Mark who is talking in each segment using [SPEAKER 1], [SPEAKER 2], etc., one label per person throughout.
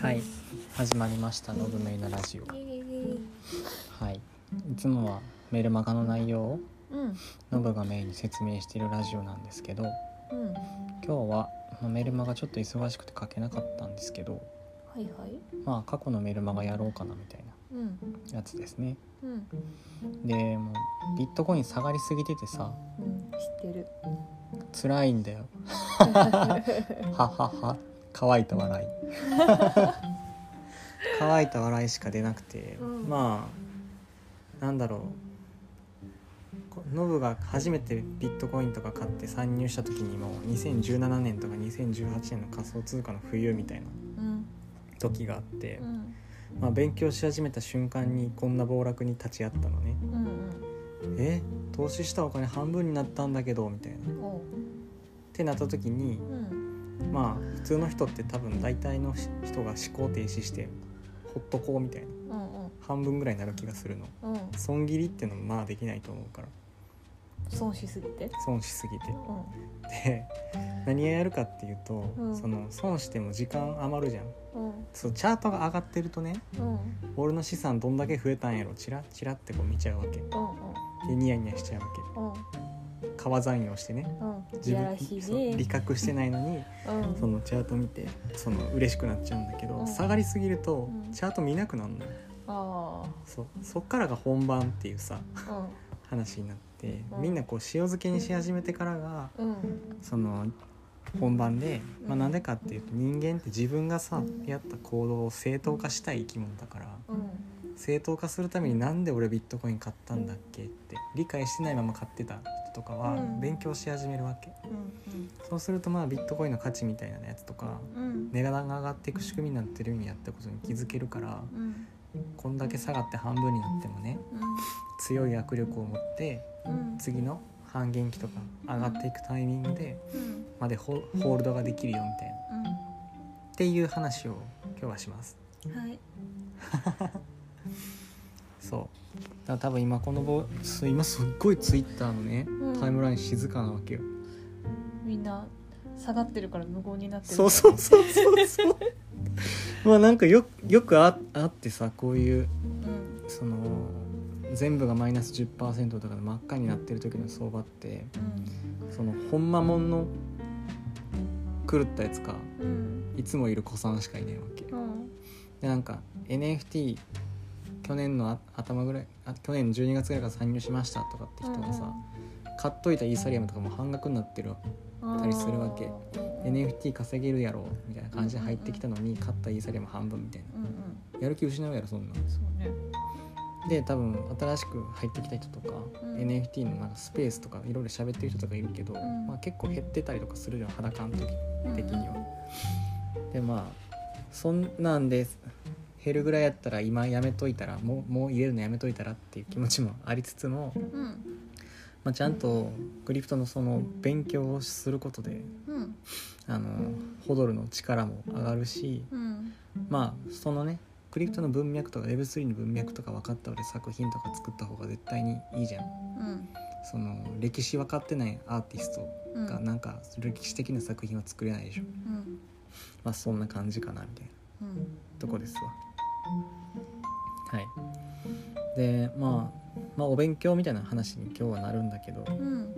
[SPEAKER 1] はい始まりました「のぶめいのラジオ」はいいつもはメルマガの内容を
[SPEAKER 2] うん
[SPEAKER 1] のぶがメインに説明しているラジオなんですけど
[SPEAKER 2] うんは
[SPEAKER 1] 今日は、まあメルマガちょっと忙しくて書けなかったんですけど
[SPEAKER 2] いはい
[SPEAKER 1] まあ過去のメルマガやろうかなみたいな
[SPEAKER 2] うん
[SPEAKER 1] やつですね
[SPEAKER 2] うん
[SPEAKER 1] でもうビットコイン下がりすぎててさ
[SPEAKER 2] うん知ってる
[SPEAKER 1] 辛いんだよはっはっは乾いた笑い 乾いた笑いしか出なくて、
[SPEAKER 2] うん
[SPEAKER 1] まあなんだろうこノブが初めてビットコインとか買って参入した時にもう2017年とか2018年の仮想通貨の冬みたいな
[SPEAKER 2] うん
[SPEAKER 1] 時があって
[SPEAKER 2] う、ん
[SPEAKER 1] まあ、勉強し始めた瞬間にこんな暴落に立ち会ったのね
[SPEAKER 2] うん
[SPEAKER 1] え投資したお金半分になったんだけどみたいなっ
[SPEAKER 2] うんおう
[SPEAKER 1] てなった時に
[SPEAKER 2] うん
[SPEAKER 1] まあ普通の人って多分大体の人が思考停止してほっとこうみたいな
[SPEAKER 2] うんうん
[SPEAKER 1] 半分ぐらいになる気がするの
[SPEAKER 2] うん
[SPEAKER 1] 損切りってのもまあできないと思うから
[SPEAKER 2] 損しすぎて
[SPEAKER 1] 損しすぎて
[SPEAKER 2] うん
[SPEAKER 1] で何をやるかっていうと、
[SPEAKER 2] うん
[SPEAKER 1] その損しても時間余るじゃん
[SPEAKER 2] うん
[SPEAKER 1] そうチャートが上がってるとね
[SPEAKER 2] うんうん
[SPEAKER 1] 俺の資産どんだけ増えたんやろチラッチラッってこう見ちゃうわけでニヤニヤしちゃうわけ
[SPEAKER 2] うん
[SPEAKER 1] 川残用してね
[SPEAKER 2] うんうんいやらしい
[SPEAKER 1] そう
[SPEAKER 2] ね
[SPEAKER 1] 理覚してないのに
[SPEAKER 2] うん
[SPEAKER 1] そのチャート見てその嬉しくなっちゃうんだけど、
[SPEAKER 2] うん
[SPEAKER 1] 下がりすぎると
[SPEAKER 2] うん
[SPEAKER 1] チャート見なくなるのよ、
[SPEAKER 2] あ
[SPEAKER 1] そうそっからが本番っていうさ
[SPEAKER 2] あ
[SPEAKER 1] 話になって、
[SPEAKER 2] うん
[SPEAKER 1] みんなこう塩漬けにし始めてからが
[SPEAKER 2] うんうん
[SPEAKER 1] その本番で、
[SPEAKER 2] うん
[SPEAKER 1] まあ、なんでかっていうと人間って自分がさ
[SPEAKER 2] うん
[SPEAKER 1] やった行動を正当化したい生き物だから
[SPEAKER 2] うん
[SPEAKER 1] 正当化するためになんで俺ビットコイン買ったんだっけって理解してないまま買ってた人とかは
[SPEAKER 2] うん
[SPEAKER 1] 勉強し始めるわけ、
[SPEAKER 2] うん
[SPEAKER 1] そうするとまあビットコインの価値みたいなやつとか
[SPEAKER 2] うん
[SPEAKER 1] 値段が上がっていく仕組みになってるんやってことに気づけるから
[SPEAKER 2] うん
[SPEAKER 1] こんだけ下がって半分になってもね強い握力を持って
[SPEAKER 2] うん
[SPEAKER 1] 次の半減期とか上がっていくタイミングで
[SPEAKER 2] うん
[SPEAKER 1] までホホールドができるよみたいなっていう話を今日はします
[SPEAKER 2] うんはい
[SPEAKER 1] そうだから多分今このぼす今すっごいツイッターのね
[SPEAKER 2] うん
[SPEAKER 1] タイムライン静かなわけよ、
[SPEAKER 2] みんな下がってるから無言になってる
[SPEAKER 1] そうそうそうそうそうまあなんかよよくああってさこういう
[SPEAKER 2] うん
[SPEAKER 1] その全部がマイナス10%とかで真っ赤になってる時の相場ってそのほんまもんの狂ったやつか
[SPEAKER 2] うんうん
[SPEAKER 1] いつもいる子さんしかいないわけ
[SPEAKER 2] うん
[SPEAKER 1] でなんか NFT 去年のあ頭ぐらいあ去年12月ぐらいから参入しましたとかって人がさ、買っといたイーサリアムとかも半額になってるたりするわけ
[SPEAKER 2] うんうん
[SPEAKER 1] NFT 稼げるやろみたいな感じで入ってきたのに買ったイーサリアム半分みたいな
[SPEAKER 2] うんうん
[SPEAKER 1] やる気失うやろそんなん
[SPEAKER 2] そうね
[SPEAKER 1] で多分新しく入ってきた人とか、
[SPEAKER 2] うん
[SPEAKER 1] NFT のなんかスペースとかいろいろ喋ってる人とかいるけど、
[SPEAKER 2] ん
[SPEAKER 1] まあ、結構減ってたりとかするじゃん裸の時的には
[SPEAKER 2] は。
[SPEAKER 1] でまあそんなんで減るぐらいやったら今やめといたらもうもう入れるのやめといたらっていう気持ちもありつつも、
[SPEAKER 2] うん
[SPEAKER 1] まあ、ちゃんとクリプトのその勉強をすることで
[SPEAKER 2] うん
[SPEAKER 1] あのホドルの力も上がるし
[SPEAKER 2] うん
[SPEAKER 1] まあそのねクリプトの文脈とか Web3 の文脈とか分かった上で作品とか作った方が絶対にいいじゃん。
[SPEAKER 2] うん
[SPEAKER 1] その歴史分かってないアーティスト
[SPEAKER 2] うん
[SPEAKER 1] がなんか歴史的な作品は作れないでしょ、
[SPEAKER 2] うん
[SPEAKER 1] まあそんな感じかなみたいな
[SPEAKER 2] うん
[SPEAKER 1] とこですわはいでまあまあお勉強みたいな話に今日はなるんだけど
[SPEAKER 2] うん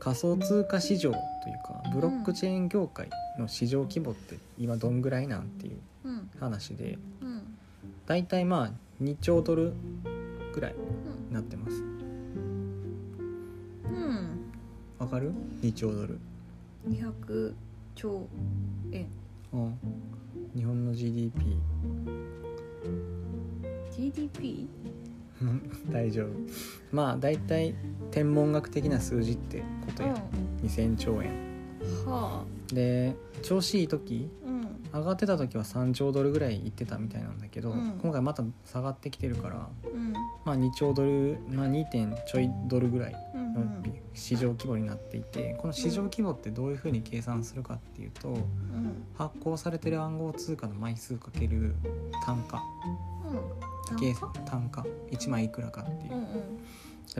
[SPEAKER 1] 仮想通貨市場というかブロックチェーン業界の市場規模って今どんぐらいなんっていう
[SPEAKER 2] うん
[SPEAKER 1] 話で
[SPEAKER 2] うん
[SPEAKER 1] だいたいまあ2兆ドルぐらいになってます
[SPEAKER 2] うん
[SPEAKER 1] わかる ?2 兆ドル
[SPEAKER 2] 二百兆円
[SPEAKER 1] うん日本の GDP
[SPEAKER 2] GDP
[SPEAKER 1] うん 大丈夫まあ大体天文学的な数字ってことや、2,000兆円
[SPEAKER 2] うんはあ
[SPEAKER 1] で調子いい時
[SPEAKER 2] うん
[SPEAKER 1] 上がってた時は3兆ドルぐらいいってたみたいなんだけど、
[SPEAKER 2] うん
[SPEAKER 1] 今回また下がってきてるから、
[SPEAKER 2] うん
[SPEAKER 1] まあ、2兆ドル、まあ、2. 点ちょいドルぐらい
[SPEAKER 2] うんう
[SPEAKER 1] の
[SPEAKER 2] ん
[SPEAKER 1] 市場規模になっていてこの市場規模ってどういうふうに計算するかっていうと
[SPEAKER 2] うん
[SPEAKER 1] 発行されてる暗号通貨の枚数かける単価
[SPEAKER 2] うん
[SPEAKER 1] 計算単価1枚いくらかっていう
[SPEAKER 2] うんうん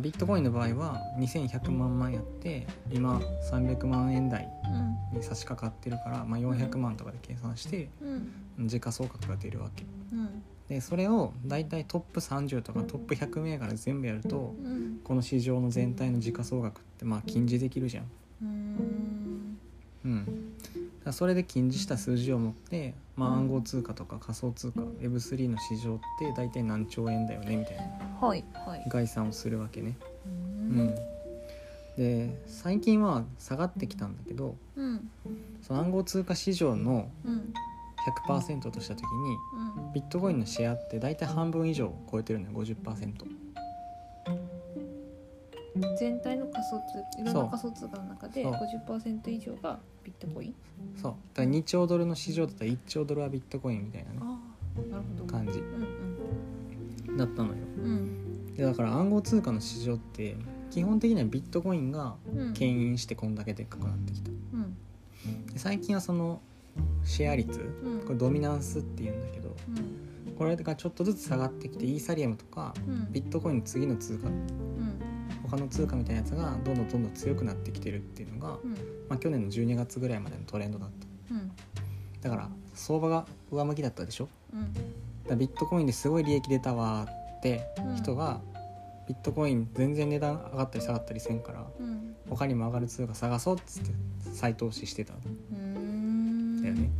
[SPEAKER 1] ビットコインの場合は2100万枚あって今300万円台
[SPEAKER 2] うん
[SPEAKER 1] に差し掛かってるから、まあ、400万とかで計算して
[SPEAKER 2] うん
[SPEAKER 1] 時価総額が出るわけ
[SPEAKER 2] うん
[SPEAKER 1] でそれをだいたいトップ30とかトップ100銘柄全部やると
[SPEAKER 2] うん
[SPEAKER 1] この市場の全体の時価総額ってまあ禁じできるじゃん。
[SPEAKER 2] うん
[SPEAKER 1] うん、だからそれで禁じした数字を持って、まあ、
[SPEAKER 2] うん
[SPEAKER 1] 暗号通貨とか仮想通貨 Web3 の市場って大体何兆円だよねみたいな
[SPEAKER 2] はいはい
[SPEAKER 1] 概算をするわけね。
[SPEAKER 2] う
[SPEAKER 1] うん、で最近は下がってきたんだけど
[SPEAKER 2] うん
[SPEAKER 1] その暗号通貨市場の
[SPEAKER 2] うん
[SPEAKER 1] 100%とした時に
[SPEAKER 2] うん
[SPEAKER 1] ビットコインのシェアって大体半分以上超えてるのよ50%。
[SPEAKER 2] 全体の仮想通いろんな仮想通貨の中で
[SPEAKER 1] そう
[SPEAKER 2] 50%以上がビットコイン
[SPEAKER 1] そうだから2兆ドルの市場だったら1兆ドルはビットコインみたいなね
[SPEAKER 2] ああなるほど
[SPEAKER 1] 感じ
[SPEAKER 2] うん
[SPEAKER 1] だったのよ
[SPEAKER 2] うん
[SPEAKER 1] でだから暗号通貨の市場って基本的にはビットコインが
[SPEAKER 2] うんうん
[SPEAKER 1] 牽引してこんだけでっかくなってきた
[SPEAKER 2] うん
[SPEAKER 1] で最近はそのシェア率
[SPEAKER 2] うん
[SPEAKER 1] これドミナンスっていうんだけど
[SPEAKER 2] うん
[SPEAKER 1] これがちょっとずつ下がってきてイーサリアムとか
[SPEAKER 2] うん
[SPEAKER 1] ビットコインの次の通貨
[SPEAKER 2] うん
[SPEAKER 1] 他の通貨みたいなやつがどんどんどんどん強くなってきてるっていうのが、
[SPEAKER 2] うん
[SPEAKER 1] まあ、去年の12月ぐらいまでのトレンドだった
[SPEAKER 2] うん
[SPEAKER 1] だから相場が上向きだったでしょ
[SPEAKER 2] うん
[SPEAKER 1] だからビットコインですごい利益出たわーって人がビットコイン全然値段上がったり下がったりせんから
[SPEAKER 2] うん
[SPEAKER 1] 他にも上がる通貨探そうっつって再投資してたん
[SPEAKER 2] うーん
[SPEAKER 1] だよね。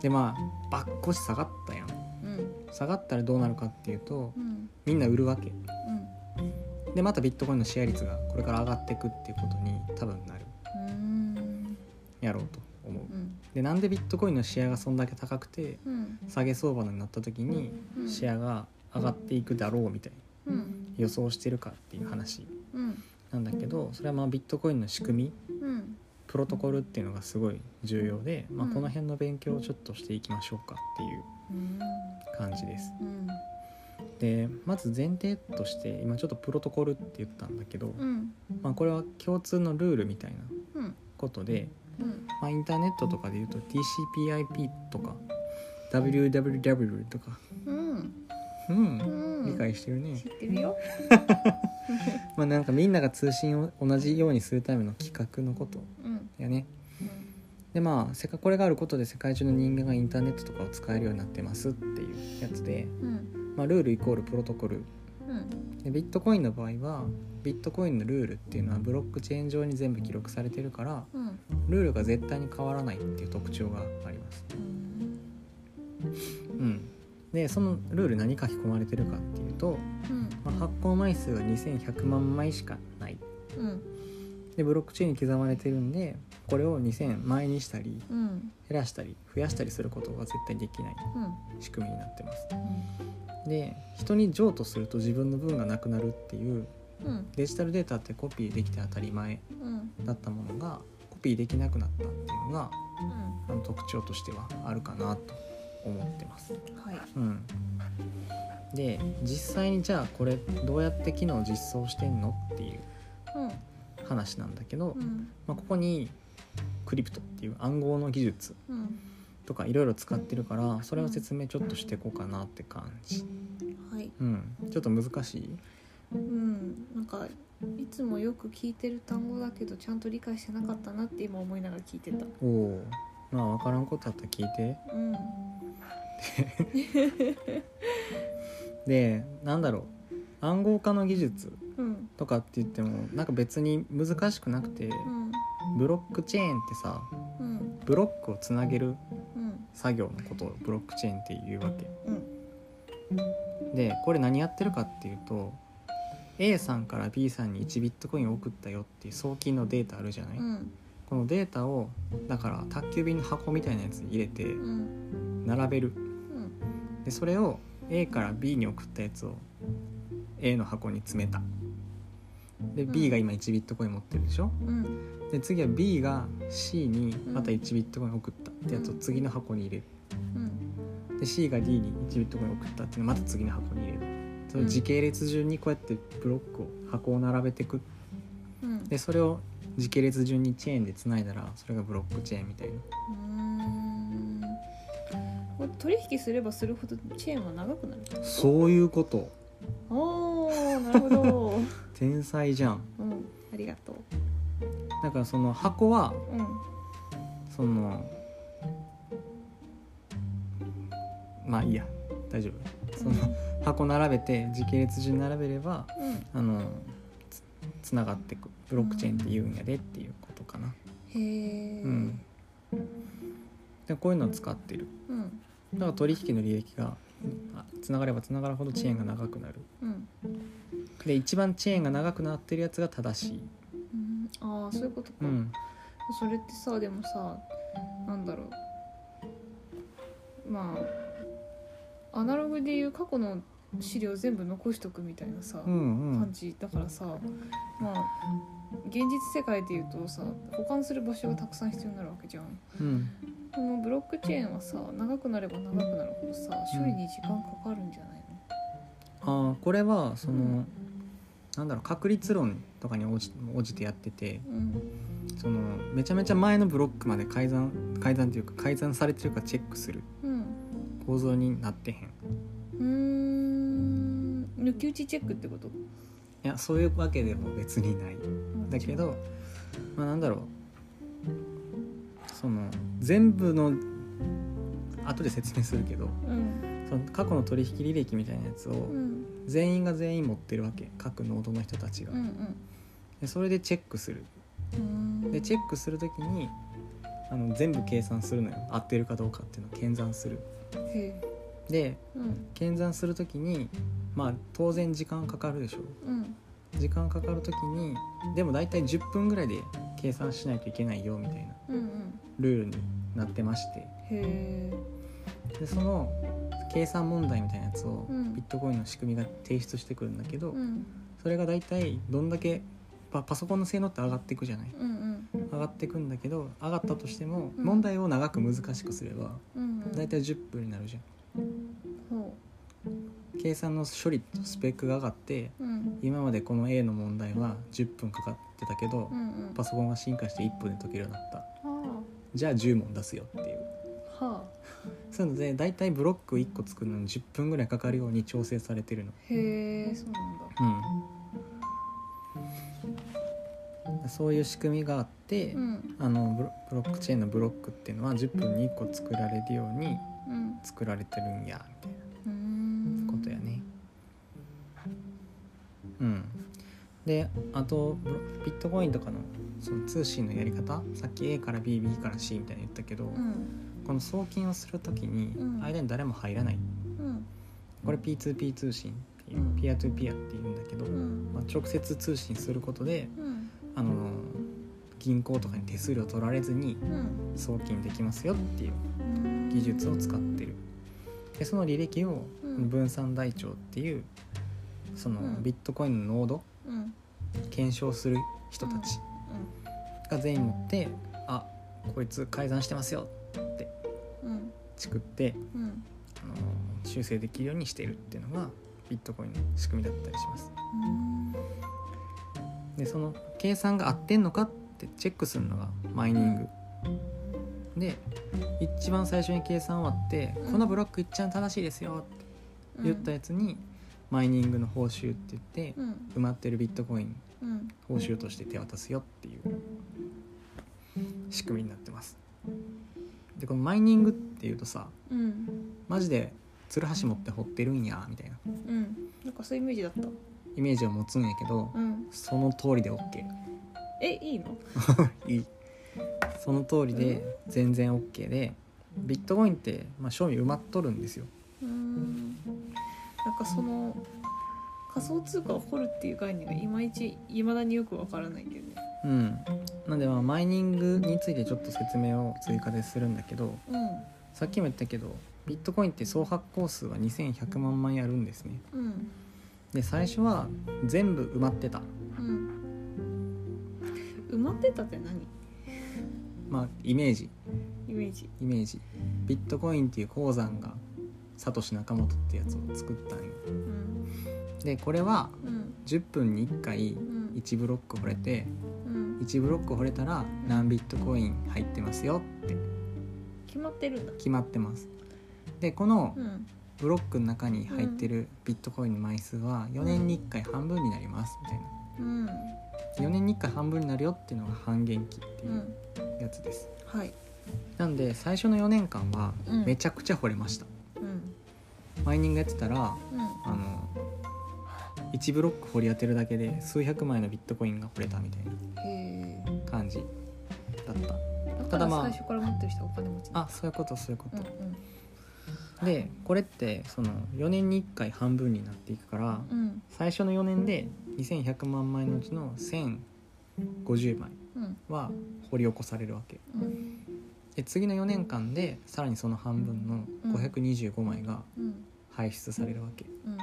[SPEAKER 1] でまあばっこし下がったやん
[SPEAKER 2] うん
[SPEAKER 1] 下がったらどうなるかっていうと
[SPEAKER 2] うん
[SPEAKER 1] みんな売るわけ
[SPEAKER 2] うん
[SPEAKER 1] でまたビットコインのシェア率がこれから上がってくっていうことに多分なる
[SPEAKER 2] うーん
[SPEAKER 1] やろうと思う
[SPEAKER 2] うん
[SPEAKER 1] でなんでビットコインのシェアがそんだけ高くて
[SPEAKER 2] うん
[SPEAKER 1] 下げ相場になった時に
[SPEAKER 2] うん
[SPEAKER 1] シェアが上がっていくだろうみたいな
[SPEAKER 2] うん
[SPEAKER 1] 予想してるかっていう話
[SPEAKER 2] うん
[SPEAKER 1] なんだけどそれはまあビットコインの仕組み
[SPEAKER 2] うん
[SPEAKER 1] プロトコルっていうのがすごい重要で、まあ、
[SPEAKER 2] うん
[SPEAKER 1] この辺の勉強をちょっとしていきましょうかっていう
[SPEAKER 2] うん
[SPEAKER 1] 感じです。
[SPEAKER 2] うん
[SPEAKER 1] でまず前提として今ちょっとプロトコルって言ったんだけど、
[SPEAKER 2] うん
[SPEAKER 1] まあ、これは共通のルールみたいな
[SPEAKER 2] うん
[SPEAKER 1] ことで、
[SPEAKER 2] うん
[SPEAKER 1] まあ、インターネットとかで言うと TCPIP とか WWW とか
[SPEAKER 2] うん
[SPEAKER 1] うん
[SPEAKER 2] うん
[SPEAKER 1] 理解してるね
[SPEAKER 2] 知、ってるよ
[SPEAKER 1] まあ、なんかみんなが通信を同じようにするための企画のこと
[SPEAKER 2] うん
[SPEAKER 1] やね
[SPEAKER 2] うん
[SPEAKER 1] でまあせっかこれがあることで世界中の人間がインターネットとかを使えるようになってますっていうやつで、
[SPEAKER 2] うん
[SPEAKER 1] まあ、ルールイコールプロトコル
[SPEAKER 2] うん
[SPEAKER 1] でビットコインの場合はビットコインのルールっていうのはブロックチェーン上に全部記録されてるから
[SPEAKER 2] うん
[SPEAKER 1] ルールが絶対に変わらないっていう特徴があります。うん、でそのルール何書き込まれてるかっていうと、
[SPEAKER 2] うん
[SPEAKER 1] まあ、発行枚数が2100万枚しかない
[SPEAKER 2] うん
[SPEAKER 1] でブロックチェーンに刻まれてるんでこれを2000枚にしたり
[SPEAKER 2] うん
[SPEAKER 1] 減らしたり増やしたりすることが絶対できない
[SPEAKER 2] うん
[SPEAKER 1] 仕組みになってます。で人に譲渡すると自分の分がなくなるっていう
[SPEAKER 2] うん
[SPEAKER 1] デジタルデータってコピーできて当たり前
[SPEAKER 2] うん
[SPEAKER 1] だったものがコピーできなくなったっていうのが
[SPEAKER 2] うん
[SPEAKER 1] あの特徴としてはあるかなと思ってます。
[SPEAKER 2] はい
[SPEAKER 1] うん、で実際にじゃあこれどうやって機能を実装してんのっていう
[SPEAKER 2] うん
[SPEAKER 1] 話なんだけど、
[SPEAKER 2] うん
[SPEAKER 1] まあ、ここにクリプトっていう暗号の技術
[SPEAKER 2] うん
[SPEAKER 1] とかいろいろ使ってるからそれを説明ちょっとしていこうかなって感じ。
[SPEAKER 2] はい
[SPEAKER 1] うん、ちょっと難しい
[SPEAKER 2] うんなんかいつもよく聞いてる単語だけどちゃんと理解してなかったなって今思いながら聞いてた
[SPEAKER 1] おおまあ分からんことあったら聞いて。
[SPEAKER 2] うん
[SPEAKER 1] でなんだろう暗号化の技術
[SPEAKER 2] うん
[SPEAKER 1] とかって言ってもなんか別に難しくなくて
[SPEAKER 2] うん
[SPEAKER 1] ブロックチェーンってさ
[SPEAKER 2] うん
[SPEAKER 1] ブロックをつなげる
[SPEAKER 2] うん
[SPEAKER 1] 作業のことをブロックチェーンっていうわけ
[SPEAKER 2] うん
[SPEAKER 1] でこれ何やってるかっていうと A さんから B さんに1ビットコインを送ったよっていう送金のデータあるじゃない、
[SPEAKER 2] うん
[SPEAKER 1] このデータをだから宅急便の箱みたいなやつに入れて
[SPEAKER 2] うん
[SPEAKER 1] 並べるでそれを A から B に送ったやつを A の箱に詰めたで
[SPEAKER 2] うん
[SPEAKER 1] B が今1ビットコイン持ってるでしょ
[SPEAKER 2] うん
[SPEAKER 1] で次は B が C にまた
[SPEAKER 2] うん
[SPEAKER 1] 1ビットコイン送ったってやつを次の箱に入れる
[SPEAKER 2] うん
[SPEAKER 1] で C が D に1ビットコイン送ったっていうのをまた次の箱に入れるその時系列順にこうやってブロックを箱を並べていく
[SPEAKER 2] うん
[SPEAKER 1] でそれを時系列順にチェーンでつないだらそれがブロックチェーンみたいな
[SPEAKER 2] うんこれ取引すればするほどチェーンは長くなる
[SPEAKER 1] そういうこと
[SPEAKER 2] おーなるほど
[SPEAKER 1] 天才じゃん
[SPEAKER 2] うんありがとう
[SPEAKER 1] だからその箱は
[SPEAKER 2] うん
[SPEAKER 1] そのまあいいや大丈夫その箱並べて時系列順に並べれば
[SPEAKER 2] うん、
[SPEAKER 1] あのつつながってくブロックチェーンって言うんやでっていうことかな、
[SPEAKER 2] へえ、
[SPEAKER 1] うん、でこういうのを使ってる
[SPEAKER 2] うん
[SPEAKER 1] だから取引の利益があつながればつながるほどチェーンが長くなる
[SPEAKER 2] うん
[SPEAKER 1] で一番チェーンが長くなってるやつが正しい、
[SPEAKER 2] うんああそういうことか、
[SPEAKER 1] うん、
[SPEAKER 2] それってさでもさなんだろうまあアナログでいう過去の資料全部残しとくみたいなさ、
[SPEAKER 1] うんう
[SPEAKER 2] 感
[SPEAKER 1] ん
[SPEAKER 2] じだからさまあ現実世界でいうとさ保管する場所がたくさん必要になるわけじゃん
[SPEAKER 1] うん
[SPEAKER 2] このブロックチェーンはさ長くなれば長くなるほどさ処理に時間かかるんじゃない
[SPEAKER 1] ああこれはその、
[SPEAKER 2] うん
[SPEAKER 1] なんだろう確率論とかに応じ応じてやってて
[SPEAKER 2] のうん
[SPEAKER 1] そのめちゃめちゃ前のブロックまで改ざん改ざんというか改ざんされてるかチェックする
[SPEAKER 2] うん
[SPEAKER 1] 構造になってへんいう
[SPEAKER 2] ーん抜き打ちチェックってこと
[SPEAKER 1] やそういうわけでも別にないだけどまあなんだろうその全部の後で説明するけど
[SPEAKER 2] うん
[SPEAKER 1] その過去の取引履歴みたいなやつ
[SPEAKER 2] う
[SPEAKER 1] を
[SPEAKER 2] ん
[SPEAKER 1] 全員が全員持ってるわけ各ノードの人たちが
[SPEAKER 2] うんうん
[SPEAKER 1] でそれでチェックする
[SPEAKER 2] うん
[SPEAKER 1] でチェックするときにあの全部計算するのよ合ってるかどうかっていうのを検算する
[SPEAKER 2] へえ
[SPEAKER 1] で
[SPEAKER 2] うん
[SPEAKER 1] 検算するときにまあ当然時間かかるでしょ
[SPEAKER 2] うん
[SPEAKER 1] 時間かかるときにでも大体10分ぐらいで計算しないといけないよみたいな
[SPEAKER 2] うんうん
[SPEAKER 1] ルールになってまして
[SPEAKER 2] へえ
[SPEAKER 1] でその計算問題みたいなやつを
[SPEAKER 2] うん
[SPEAKER 1] ビットコインの仕組みが提出してくるんだけど、
[SPEAKER 2] うん
[SPEAKER 1] それが大体どんだけパパソコンの性能って上がっていくじゃない
[SPEAKER 2] うんうん
[SPEAKER 1] 上がっていくんだけど上がったとしても
[SPEAKER 2] うん
[SPEAKER 1] 問題を長く難しくすれば
[SPEAKER 2] うんうん
[SPEAKER 1] 大体10分になるじゃん
[SPEAKER 2] ほ
[SPEAKER 1] 計算の処理とスペックが上がって
[SPEAKER 2] ううん
[SPEAKER 1] 今までこの A の問題は10分かかってたけど
[SPEAKER 2] うんうん
[SPEAKER 1] パソコンが進化して1分で解けるようになった
[SPEAKER 2] は
[SPEAKER 1] じゃあ10問出すよっていう
[SPEAKER 2] あはあ
[SPEAKER 1] そういうので大体ブロック1個作るのに10分ぐらいかかるように調整されてるの
[SPEAKER 2] へえそうなんだ
[SPEAKER 1] うんそういう仕組みがあって、
[SPEAKER 2] うん
[SPEAKER 1] あのブロブロックチェーンのブロックっていうのは10分に1個作られるように
[SPEAKER 2] うん
[SPEAKER 1] 作られてるんやみたいな
[SPEAKER 2] うーん
[SPEAKER 1] ことやね。うん、であとブロビットコインとかのその通信のやり方さっき A から BB から C みたいに言ったけど、
[SPEAKER 2] うん
[SPEAKER 1] この送金をする時に
[SPEAKER 2] うん
[SPEAKER 1] 間に誰も入らない
[SPEAKER 2] うん
[SPEAKER 1] これ P2P 通信っていう、
[SPEAKER 2] うん
[SPEAKER 1] ピアトゥピアっていうんだけど、
[SPEAKER 2] うん
[SPEAKER 1] まあ、直接通信することで、
[SPEAKER 2] うん
[SPEAKER 1] あの銀行とかに手数料取られずに
[SPEAKER 2] うん
[SPEAKER 1] 送金できますよっていう技術を使ってるでその履歴を
[SPEAKER 2] うん
[SPEAKER 1] 分散台帳っていうその
[SPEAKER 2] うん
[SPEAKER 1] ビットコインの濃度
[SPEAKER 2] うんうん
[SPEAKER 1] 検証する人たちが全員持ってあこいつ改ざんしてますよ
[SPEAKER 2] うん
[SPEAKER 1] 作って
[SPEAKER 2] うん
[SPEAKER 1] あの修正できるようにしているっていうのがビットコインの仕組みだったりしますでその計算が合ってんのかってチェックするのがマイニングで一番最初に計算終わって、
[SPEAKER 2] うん
[SPEAKER 1] このブロックいっちゃん正しいですよって言ったやつに、マイニングの報酬って言って、
[SPEAKER 2] うん
[SPEAKER 1] 埋まってるビットコイン
[SPEAKER 2] うん
[SPEAKER 1] 報酬として手渡すよっていう仕組みになってますでこのマイニングっていうとさ
[SPEAKER 2] うん
[SPEAKER 1] マジでツルハシ持って掘ってるんやみたいな
[SPEAKER 2] うんなんかそういうイメージだった
[SPEAKER 1] イメージを持つんやけど
[SPEAKER 2] うん
[SPEAKER 1] その通りで OK
[SPEAKER 2] えいいの
[SPEAKER 1] いいその通りで全然 OK でビットコインって、まあ、賞味埋まっとるんですよ
[SPEAKER 2] うーんなんかその仮想通貨を掘るっていう概念がいまいちいまだによくわからないんだよね
[SPEAKER 1] うんなんでまあマイニングについてちょっと説明を追加でするんだけどさっきも言ったけどビットコインって総発行数は2100万枚あるんですね
[SPEAKER 2] うんうん
[SPEAKER 1] で最初は全部埋まってた
[SPEAKER 2] うん埋まってたって何
[SPEAKER 1] まあイメージ
[SPEAKER 2] イメージ
[SPEAKER 1] イメージビットコインっていう鉱山がサトシナカモトってやつを作ったんよ
[SPEAKER 2] うん
[SPEAKER 1] でこれは
[SPEAKER 2] うん
[SPEAKER 1] 10分に1回
[SPEAKER 2] うん
[SPEAKER 1] 1ブロック掘れて
[SPEAKER 2] うん
[SPEAKER 1] 1ブロック掘れたら何ビットコイン入ってますよって
[SPEAKER 2] 決まってるんだ
[SPEAKER 1] 決まってますでこの
[SPEAKER 2] うん
[SPEAKER 1] ブロックの中に入ってるビットコインの枚数は4年に1回半分になりますみたいな
[SPEAKER 2] うん
[SPEAKER 1] 4年に1回半分になるよっていうのが半減期って
[SPEAKER 2] う
[SPEAKER 1] いうんやつです、
[SPEAKER 2] はい
[SPEAKER 1] なんで最初の4年間は
[SPEAKER 2] うん
[SPEAKER 1] めちゃくちゃ惚れました、
[SPEAKER 2] うん
[SPEAKER 1] マイニングやってたら
[SPEAKER 2] うん
[SPEAKER 1] あの1ブロック掘り当てるだけで数百枚のビットコインが掘れたみたい
[SPEAKER 2] へ
[SPEAKER 1] な感じだった
[SPEAKER 2] え
[SPEAKER 1] た
[SPEAKER 2] だか
[SPEAKER 1] だ
[SPEAKER 2] ら
[SPEAKER 1] まあ
[SPEAKER 2] 最初から持ってる人はお金持ちなんだ
[SPEAKER 1] あそういうことそういうこ
[SPEAKER 2] うん
[SPEAKER 1] と、でこれってその4年に1回半分になっていくから
[SPEAKER 2] うん
[SPEAKER 1] 最初の4年で2100万枚のうちの1050枚
[SPEAKER 2] うんうん
[SPEAKER 1] は掘り起こされるわけ
[SPEAKER 2] うん
[SPEAKER 1] で次の4年間でさらにその半分の525枚が
[SPEAKER 2] うん
[SPEAKER 1] 排出されるわけ
[SPEAKER 2] うん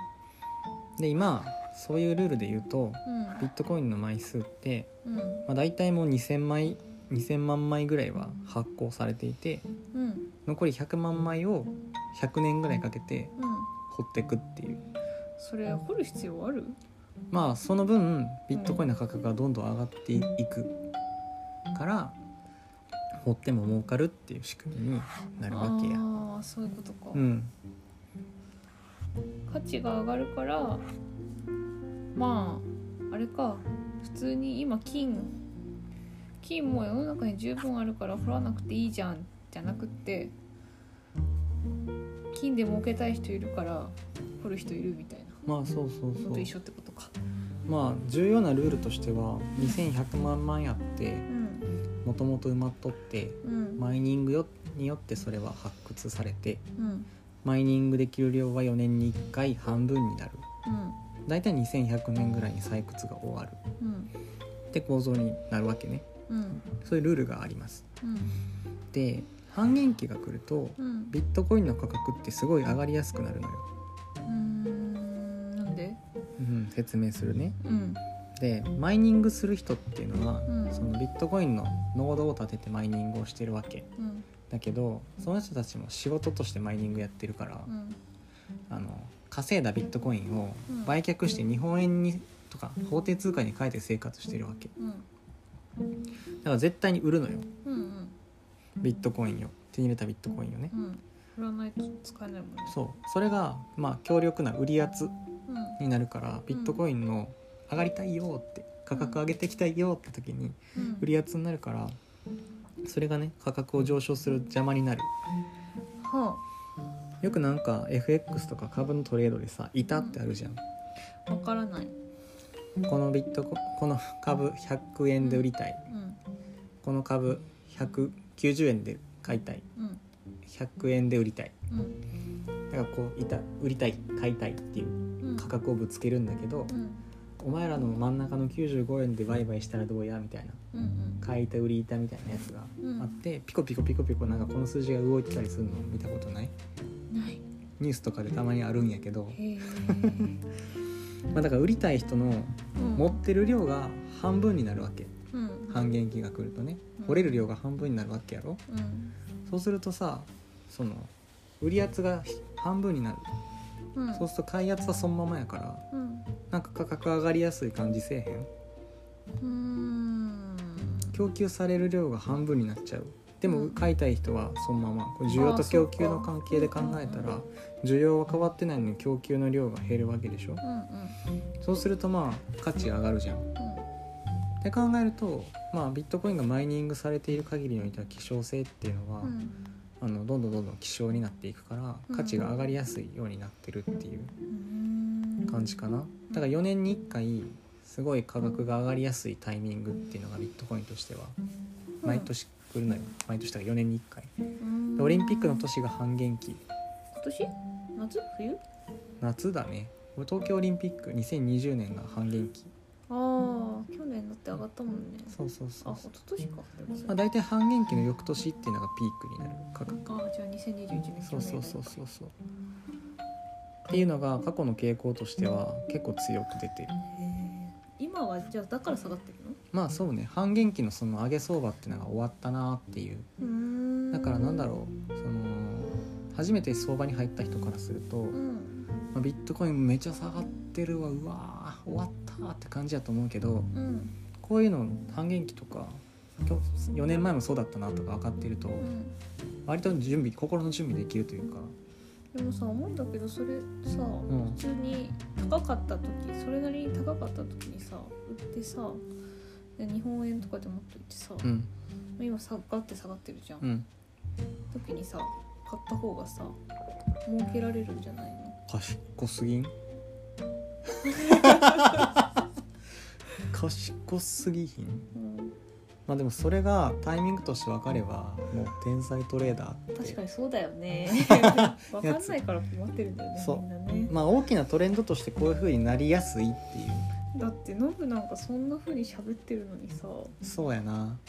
[SPEAKER 1] で今そういうルールで言うと
[SPEAKER 2] うん
[SPEAKER 1] ビットコインの枚数って、
[SPEAKER 2] うん
[SPEAKER 1] まあ、大体もう2000枚2000万枚ぐらいは発行されていて
[SPEAKER 2] うん
[SPEAKER 1] 残り100万枚を100年ぐらいかけて
[SPEAKER 2] うん
[SPEAKER 1] 掘ってくっていう
[SPEAKER 2] それ掘る必要ある
[SPEAKER 1] まあその分ビットコインの価格がどんどん上がっていくから掘っても儲かるっていう仕組みになるわけや。
[SPEAKER 2] ああそういうことか、
[SPEAKER 1] うん、
[SPEAKER 2] 価値が上がるからまああれか普通に今金金も世の中に十分あるから掘らなくていいじゃんじゃなくって金で儲けたい人いるから掘る人いるみたいな
[SPEAKER 1] まあそうそう
[SPEAKER 2] の
[SPEAKER 1] そ
[SPEAKER 2] と一
[SPEAKER 1] う
[SPEAKER 2] 緒ってことか。
[SPEAKER 1] まあ重要なルールとしては2100万枚あって
[SPEAKER 2] うん
[SPEAKER 1] もともと埋まっとって
[SPEAKER 2] うん
[SPEAKER 1] マイニングよによってそれは発掘されて
[SPEAKER 2] うん
[SPEAKER 1] マイニングできる量は4年に1回半分になる
[SPEAKER 2] うん
[SPEAKER 1] 大体2100年ぐらいに採掘が終わる
[SPEAKER 2] うん
[SPEAKER 1] って構造になるわけね
[SPEAKER 2] うん
[SPEAKER 1] そういうルールがあります
[SPEAKER 2] うん
[SPEAKER 1] で半減期が来ると
[SPEAKER 2] うん
[SPEAKER 1] ビットコインの価格ってすごい上がりやすくなるのよ、
[SPEAKER 2] うんなんで
[SPEAKER 1] うん、説明するね
[SPEAKER 2] うん
[SPEAKER 1] でマイニングする人っていうのは、
[SPEAKER 2] うん
[SPEAKER 1] そのビットコインのノードを立ててマイニングをしてるわけ
[SPEAKER 2] うん
[SPEAKER 1] だけどその人たちも仕事としてマイニングやってるから、
[SPEAKER 2] うん
[SPEAKER 1] あの稼いだビットコインを
[SPEAKER 2] うん
[SPEAKER 1] 売却して日本円にとか法定通貨に変えて生活してるわけ
[SPEAKER 2] うん
[SPEAKER 1] だから絶対に売るのよ
[SPEAKER 2] うんうん
[SPEAKER 1] ビットコインを手に入れたビットコインをね
[SPEAKER 2] うん振らないと使えないもんね。
[SPEAKER 1] そうそれがまあ強力な売り圧
[SPEAKER 2] うん
[SPEAKER 1] になるからビットコインの上がりたいよって価格上げてきたいよって時に
[SPEAKER 2] うん
[SPEAKER 1] 売り圧になるからそれがね価格を上昇する邪魔になる
[SPEAKER 2] は
[SPEAKER 1] よくなんか FX とか株のトレードでさ「板」ってあるじゃん
[SPEAKER 2] あ、わからない。
[SPEAKER 1] このビットコこの株100円で売りたい
[SPEAKER 2] うん、
[SPEAKER 1] この株190円で買いたい
[SPEAKER 2] うん、
[SPEAKER 1] 100円で売りたい
[SPEAKER 2] うん、
[SPEAKER 1] だからこういた売りたい買いたいっていう
[SPEAKER 2] うん、
[SPEAKER 1] 価格をぶつけるんだけど
[SPEAKER 2] うん、
[SPEAKER 1] お前らの真ん中の95円で売買したらどうやみたいな
[SPEAKER 2] うん、うん、
[SPEAKER 1] 買い板売り板みたいなやつが
[SPEAKER 2] うん
[SPEAKER 1] あってピコピコピコピコなんかこの数字が動いてたりするの見たことない
[SPEAKER 2] ない。
[SPEAKER 1] ニュースとかでたまにあるんやけど、
[SPEAKER 2] へえ。
[SPEAKER 1] まあ、だから売りたい人の
[SPEAKER 2] うん
[SPEAKER 1] 持ってる量が半分になるわけ
[SPEAKER 2] うん、
[SPEAKER 1] 半減期が来るとね
[SPEAKER 2] うん
[SPEAKER 1] 掘れる量が半分になるわけやろ、
[SPEAKER 2] うん、
[SPEAKER 1] そうするとさその売り圧が半分になる
[SPEAKER 2] うん、
[SPEAKER 1] そうすると買い圧はそのままやから
[SPEAKER 2] うん、
[SPEAKER 1] なんか価格上がりやすい感じせえへん
[SPEAKER 2] うん。
[SPEAKER 1] 供給される量が半分になっちゃうで
[SPEAKER 2] う
[SPEAKER 1] も
[SPEAKER 2] ん
[SPEAKER 1] 買いたい人はそのままこれ需要と供給の関係で考えた
[SPEAKER 2] あーそ
[SPEAKER 1] ら需要は変わってないのに供給の量が減るわけでしょ
[SPEAKER 2] うん、うん、
[SPEAKER 1] そうするとまあ価値が上がるじゃんって考えるとまあビットコインがマイニングされている限りにおいては希少性っていうのは、
[SPEAKER 2] うん、うん、
[SPEAKER 1] あのどんどんどんどん希少になっていくから価値が上がりやすいようになってるっていう
[SPEAKER 2] うん。
[SPEAKER 1] 感じかなだから4年に1回すごい価格が上がりやすいタイミングっていうのがビットコインとしては毎年来るのよ毎年だから4年に1回
[SPEAKER 2] うん。
[SPEAKER 1] でオリンピックの年が半減期
[SPEAKER 2] 今年。夏、冬。
[SPEAKER 1] 夏だねこれ東京オリンピック2020年が半減期
[SPEAKER 2] ああ、去年だって上がったもんね。
[SPEAKER 1] そうそうそ
[SPEAKER 2] あ、
[SPEAKER 1] う
[SPEAKER 2] 一
[SPEAKER 1] そう、
[SPEAKER 2] 昨年か。でもそ
[SPEAKER 1] まあ、
[SPEAKER 2] れ
[SPEAKER 1] 大体半減期の翌年っていうのがピークになる価格
[SPEAKER 2] あ、じゃあ、二千二十一年。
[SPEAKER 1] そうそうそうそうそうっていうのが過去の傾向としては結構強く出てる
[SPEAKER 2] 今は、じゃあ、だから下がってるの。
[SPEAKER 1] まあそうね半減期のその上げ相場っていうのが終わったなっていう
[SPEAKER 2] うん。
[SPEAKER 1] だからなんだろうその初めて相場に入った人からすると、
[SPEAKER 2] う
[SPEAKER 1] ま
[SPEAKER 2] ん、
[SPEAKER 1] あビットコインめちゃ下がってるわうわー終わったって感じだと思うけど
[SPEAKER 2] うん。
[SPEAKER 1] こういうの半減期とか今日4年前もそうだったなとか分かってると
[SPEAKER 2] うん
[SPEAKER 1] 割と準備心の準備できるというか、
[SPEAKER 2] でもさ思うんだけどそれさ、
[SPEAKER 1] ん
[SPEAKER 2] 普通に高かった時それなりに高かった時にさ売ってさで日本円とかで持っといてさ、
[SPEAKER 1] うん、
[SPEAKER 2] 今下がって下がってるじゃん、
[SPEAKER 1] うん
[SPEAKER 2] 時にさ買った方がさ儲けられるんじゃないの
[SPEAKER 1] 賢す ぎん賢すぎひん
[SPEAKER 2] うん
[SPEAKER 1] まあでもそれがタイミングとして分かればもう天才トレーダーって
[SPEAKER 2] 確かにそうだよね わかんないから困ってるんだよね
[SPEAKER 1] そう
[SPEAKER 2] みんなね
[SPEAKER 1] まあ大きなトレンドとしてこういう風になりやすいっていう
[SPEAKER 2] だってノブなんかそんな風に喋ってるのにさ
[SPEAKER 1] そうやな
[SPEAKER 2] なんで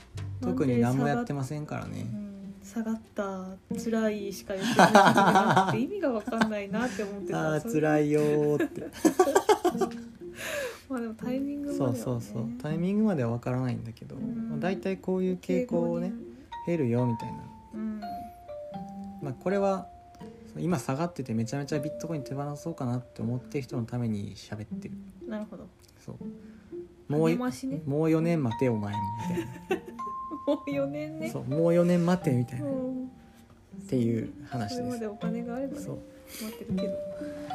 [SPEAKER 1] 特に何もやってませんからね
[SPEAKER 2] うん下がった辛いしか言ってないって意味がわかんないなって思ってた
[SPEAKER 1] あー
[SPEAKER 2] い
[SPEAKER 1] 辛いよーって
[SPEAKER 2] まあでもタイミングまで
[SPEAKER 1] そ
[SPEAKER 2] は、
[SPEAKER 1] う
[SPEAKER 2] ね、
[SPEAKER 1] そうそうタイミングまでは分からないんだけど、
[SPEAKER 2] うん
[SPEAKER 1] まあ、大体こういう傾向をね減るよみたいな、
[SPEAKER 2] うん
[SPEAKER 1] まあ、これはそう今下がっててめちゃめちゃビットコイン手放そうかなって思ってる人のために喋ってる
[SPEAKER 2] なるほど
[SPEAKER 1] そうもうい
[SPEAKER 2] 励ましね
[SPEAKER 1] もう4年待てお前もみたい
[SPEAKER 2] もう4年
[SPEAKER 1] な
[SPEAKER 2] ね
[SPEAKER 1] そうもう4年待てみたいなっ
[SPEAKER 2] ん
[SPEAKER 1] ていう話
[SPEAKER 2] それ
[SPEAKER 1] で
[SPEAKER 2] ますでお金があればね
[SPEAKER 1] そう
[SPEAKER 2] 待ってるけど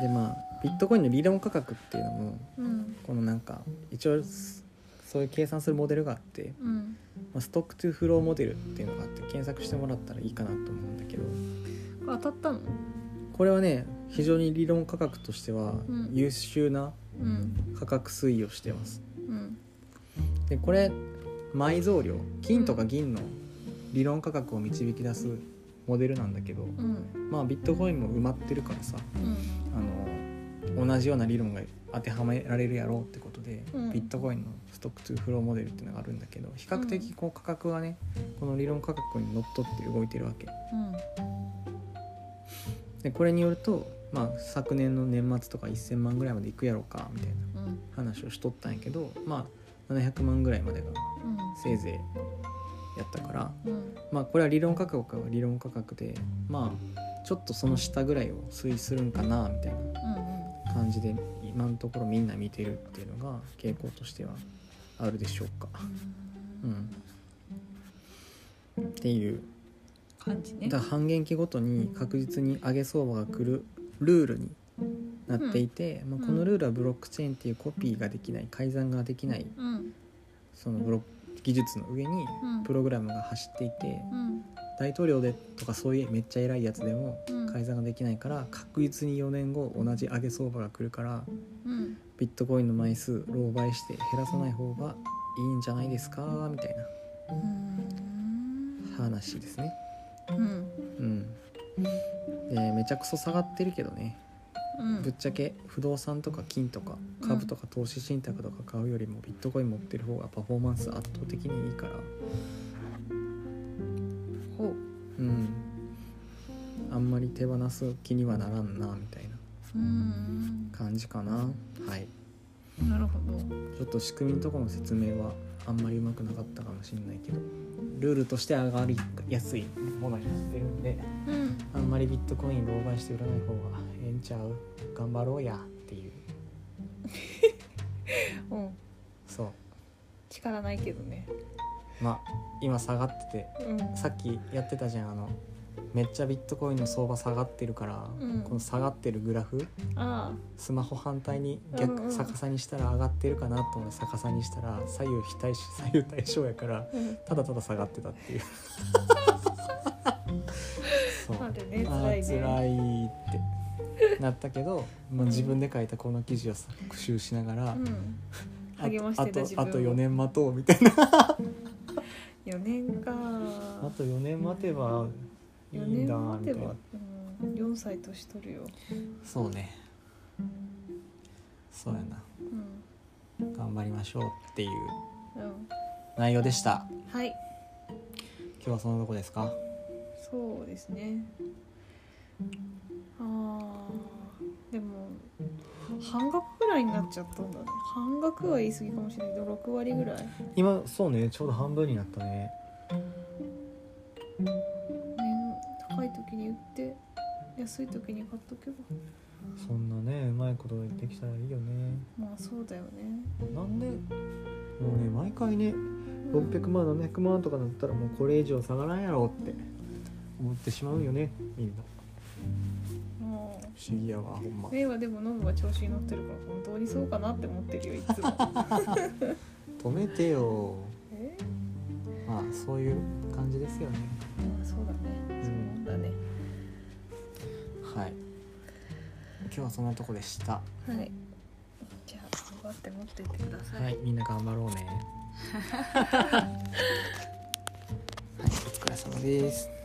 [SPEAKER 1] でまあビットコインの理論価格っていうのも
[SPEAKER 2] うん
[SPEAKER 1] このなんか一応すそういう計算するモデルがあって、
[SPEAKER 2] うん
[SPEAKER 1] まあ、ストック・トゥ・フローモデルっていうのがあって検索してもらったらいいかなと思うんだけど
[SPEAKER 2] これ当たったの
[SPEAKER 1] これはね非常に理論価格としては
[SPEAKER 2] うん
[SPEAKER 1] 優秀な
[SPEAKER 2] うん
[SPEAKER 1] 価格推移をしてます
[SPEAKER 2] うん
[SPEAKER 1] でこれ埋蔵量金とか銀の理論価格を導き出すモデルなんだけど、
[SPEAKER 2] うん
[SPEAKER 1] まあビットコインも埋まってるからさ
[SPEAKER 2] うん
[SPEAKER 1] あの同じような理論が当てはめられるやろうってことで、
[SPEAKER 2] うん
[SPEAKER 1] ビットコインのストック・トゥ・フローモデルっていうのがあるんだけど比較的こう価格はねこの理論価格にのっとって動いてるわけ
[SPEAKER 2] うん
[SPEAKER 1] でこれによると、まあ、昨年の年末とか1,000万ぐらいまでいくやろうかみたいな
[SPEAKER 2] うん
[SPEAKER 1] 話をしとったんやけどまあ700万ぐらいまでが
[SPEAKER 2] うん
[SPEAKER 1] せいぜいやったから。
[SPEAKER 2] うん
[SPEAKER 1] まあこれは理論価格は理論価格でまあちょっとその下ぐらいを推移するんかなみたいな感じで今のところみんな見てるっていうのが傾向としてはあるでしょうか。うん、っていう
[SPEAKER 2] 感じね
[SPEAKER 1] だから半減期ごとに確実に上げ相場が来るルールになっていて、まあ、このルールはブロックチェーンっていうコピーができない改ざんができない
[SPEAKER 2] うん
[SPEAKER 1] そのブロック技術の上に
[SPEAKER 2] うん
[SPEAKER 1] プログラムが走っていて
[SPEAKER 2] うん
[SPEAKER 1] 大統領でとかそういうめっちゃ偉いやつでも
[SPEAKER 2] うん
[SPEAKER 1] 改ざんができないから確実に4年後同じ上げ相場が来るから
[SPEAKER 2] うん
[SPEAKER 1] ビットコインの枚数狼狽して減らさない方がいいんじゃないですかみたいな
[SPEAKER 2] うん
[SPEAKER 1] 話ですね
[SPEAKER 2] うん
[SPEAKER 1] うんでめちゃくそ下がってるけどね
[SPEAKER 2] うん
[SPEAKER 1] ぶっちゃけ不動産とか金とか株とか投資信託とか買うよりもビットコイン持ってる方がパフォーマンス圧倒的にいいから
[SPEAKER 2] ほう
[SPEAKER 1] うんあんまり手放す気にはならんなみたいな
[SPEAKER 2] うん
[SPEAKER 1] 感じかなはい
[SPEAKER 2] なるほど
[SPEAKER 1] ちょっと仕組みのところの説明はあんまりうまくなかったかもしれないけどルールとして上がりやすいものになってるんで
[SPEAKER 2] うん
[SPEAKER 1] あんまりビットコイン狼狽して売らない方がええんちゃう頑張ろうやっていう
[SPEAKER 2] うん
[SPEAKER 1] そう
[SPEAKER 2] 力ないけどね
[SPEAKER 1] まあ今下がってて
[SPEAKER 2] うん
[SPEAKER 1] さっきやってたじゃんあのめっちゃビットコインの相場下がってるから、
[SPEAKER 2] うん
[SPEAKER 1] この下がってるグラフ
[SPEAKER 2] あ
[SPEAKER 1] スマホ反対に
[SPEAKER 2] うんう
[SPEAKER 1] 逆
[SPEAKER 2] ん
[SPEAKER 1] 逆さにしたら上がってるかなと思って逆さにしたら左右非対称左右対称やから
[SPEAKER 2] あうん
[SPEAKER 1] ただただ下がってたっていう そう
[SPEAKER 2] なんでね
[SPEAKER 1] あー
[SPEAKER 2] 辛いね
[SPEAKER 1] 辛いってなったけど、まあ、自分で書いたこの記事を復習しながら、
[SPEAKER 2] うん
[SPEAKER 1] あ
[SPEAKER 2] 励ま
[SPEAKER 1] と
[SPEAKER 2] し
[SPEAKER 1] あ
[SPEAKER 2] て
[SPEAKER 1] と
[SPEAKER 2] た自分を
[SPEAKER 1] あと4年待とうみたいな
[SPEAKER 2] 4年か
[SPEAKER 1] あと4年待てばいい
[SPEAKER 2] 4
[SPEAKER 1] ん
[SPEAKER 2] 年
[SPEAKER 1] だ
[SPEAKER 2] 待
[SPEAKER 1] み
[SPEAKER 2] て
[SPEAKER 1] たいな
[SPEAKER 2] ばうん4歳年取るよ
[SPEAKER 1] そうねそうやな
[SPEAKER 2] うん
[SPEAKER 1] 頑張りましょうっていう
[SPEAKER 2] うん
[SPEAKER 1] 内容でした
[SPEAKER 2] はい
[SPEAKER 1] 今日はそのとこですか
[SPEAKER 2] そうですねあーでも半額ぐらいになっちゃったんだね半額は言い過ぎかもしれないけど6割ぐらい
[SPEAKER 1] 今そうねちょうど半分になったね
[SPEAKER 2] 年高い時に売って安い時に買っとけば
[SPEAKER 1] そんなねうまいことできたらいいよね
[SPEAKER 2] まあそうだよね
[SPEAKER 1] なんでもうね毎回ね600万700万とかなったらもうこれ以上下がらんやろって思ってしまうよねみんな
[SPEAKER 2] もう
[SPEAKER 1] 不思議やわほんま
[SPEAKER 2] メイはでもノブが調子に乗ってるから本当にそうかなって思ってるよい つも
[SPEAKER 1] 止めてよ
[SPEAKER 2] え
[SPEAKER 1] まあそういう感じですよね
[SPEAKER 2] まあそうだねそうだね
[SPEAKER 1] はい今日はそんなとこでした
[SPEAKER 2] はいじゃあ頑張って持ってってください、
[SPEAKER 1] はいみんな頑張ろう ねはいお疲れ様です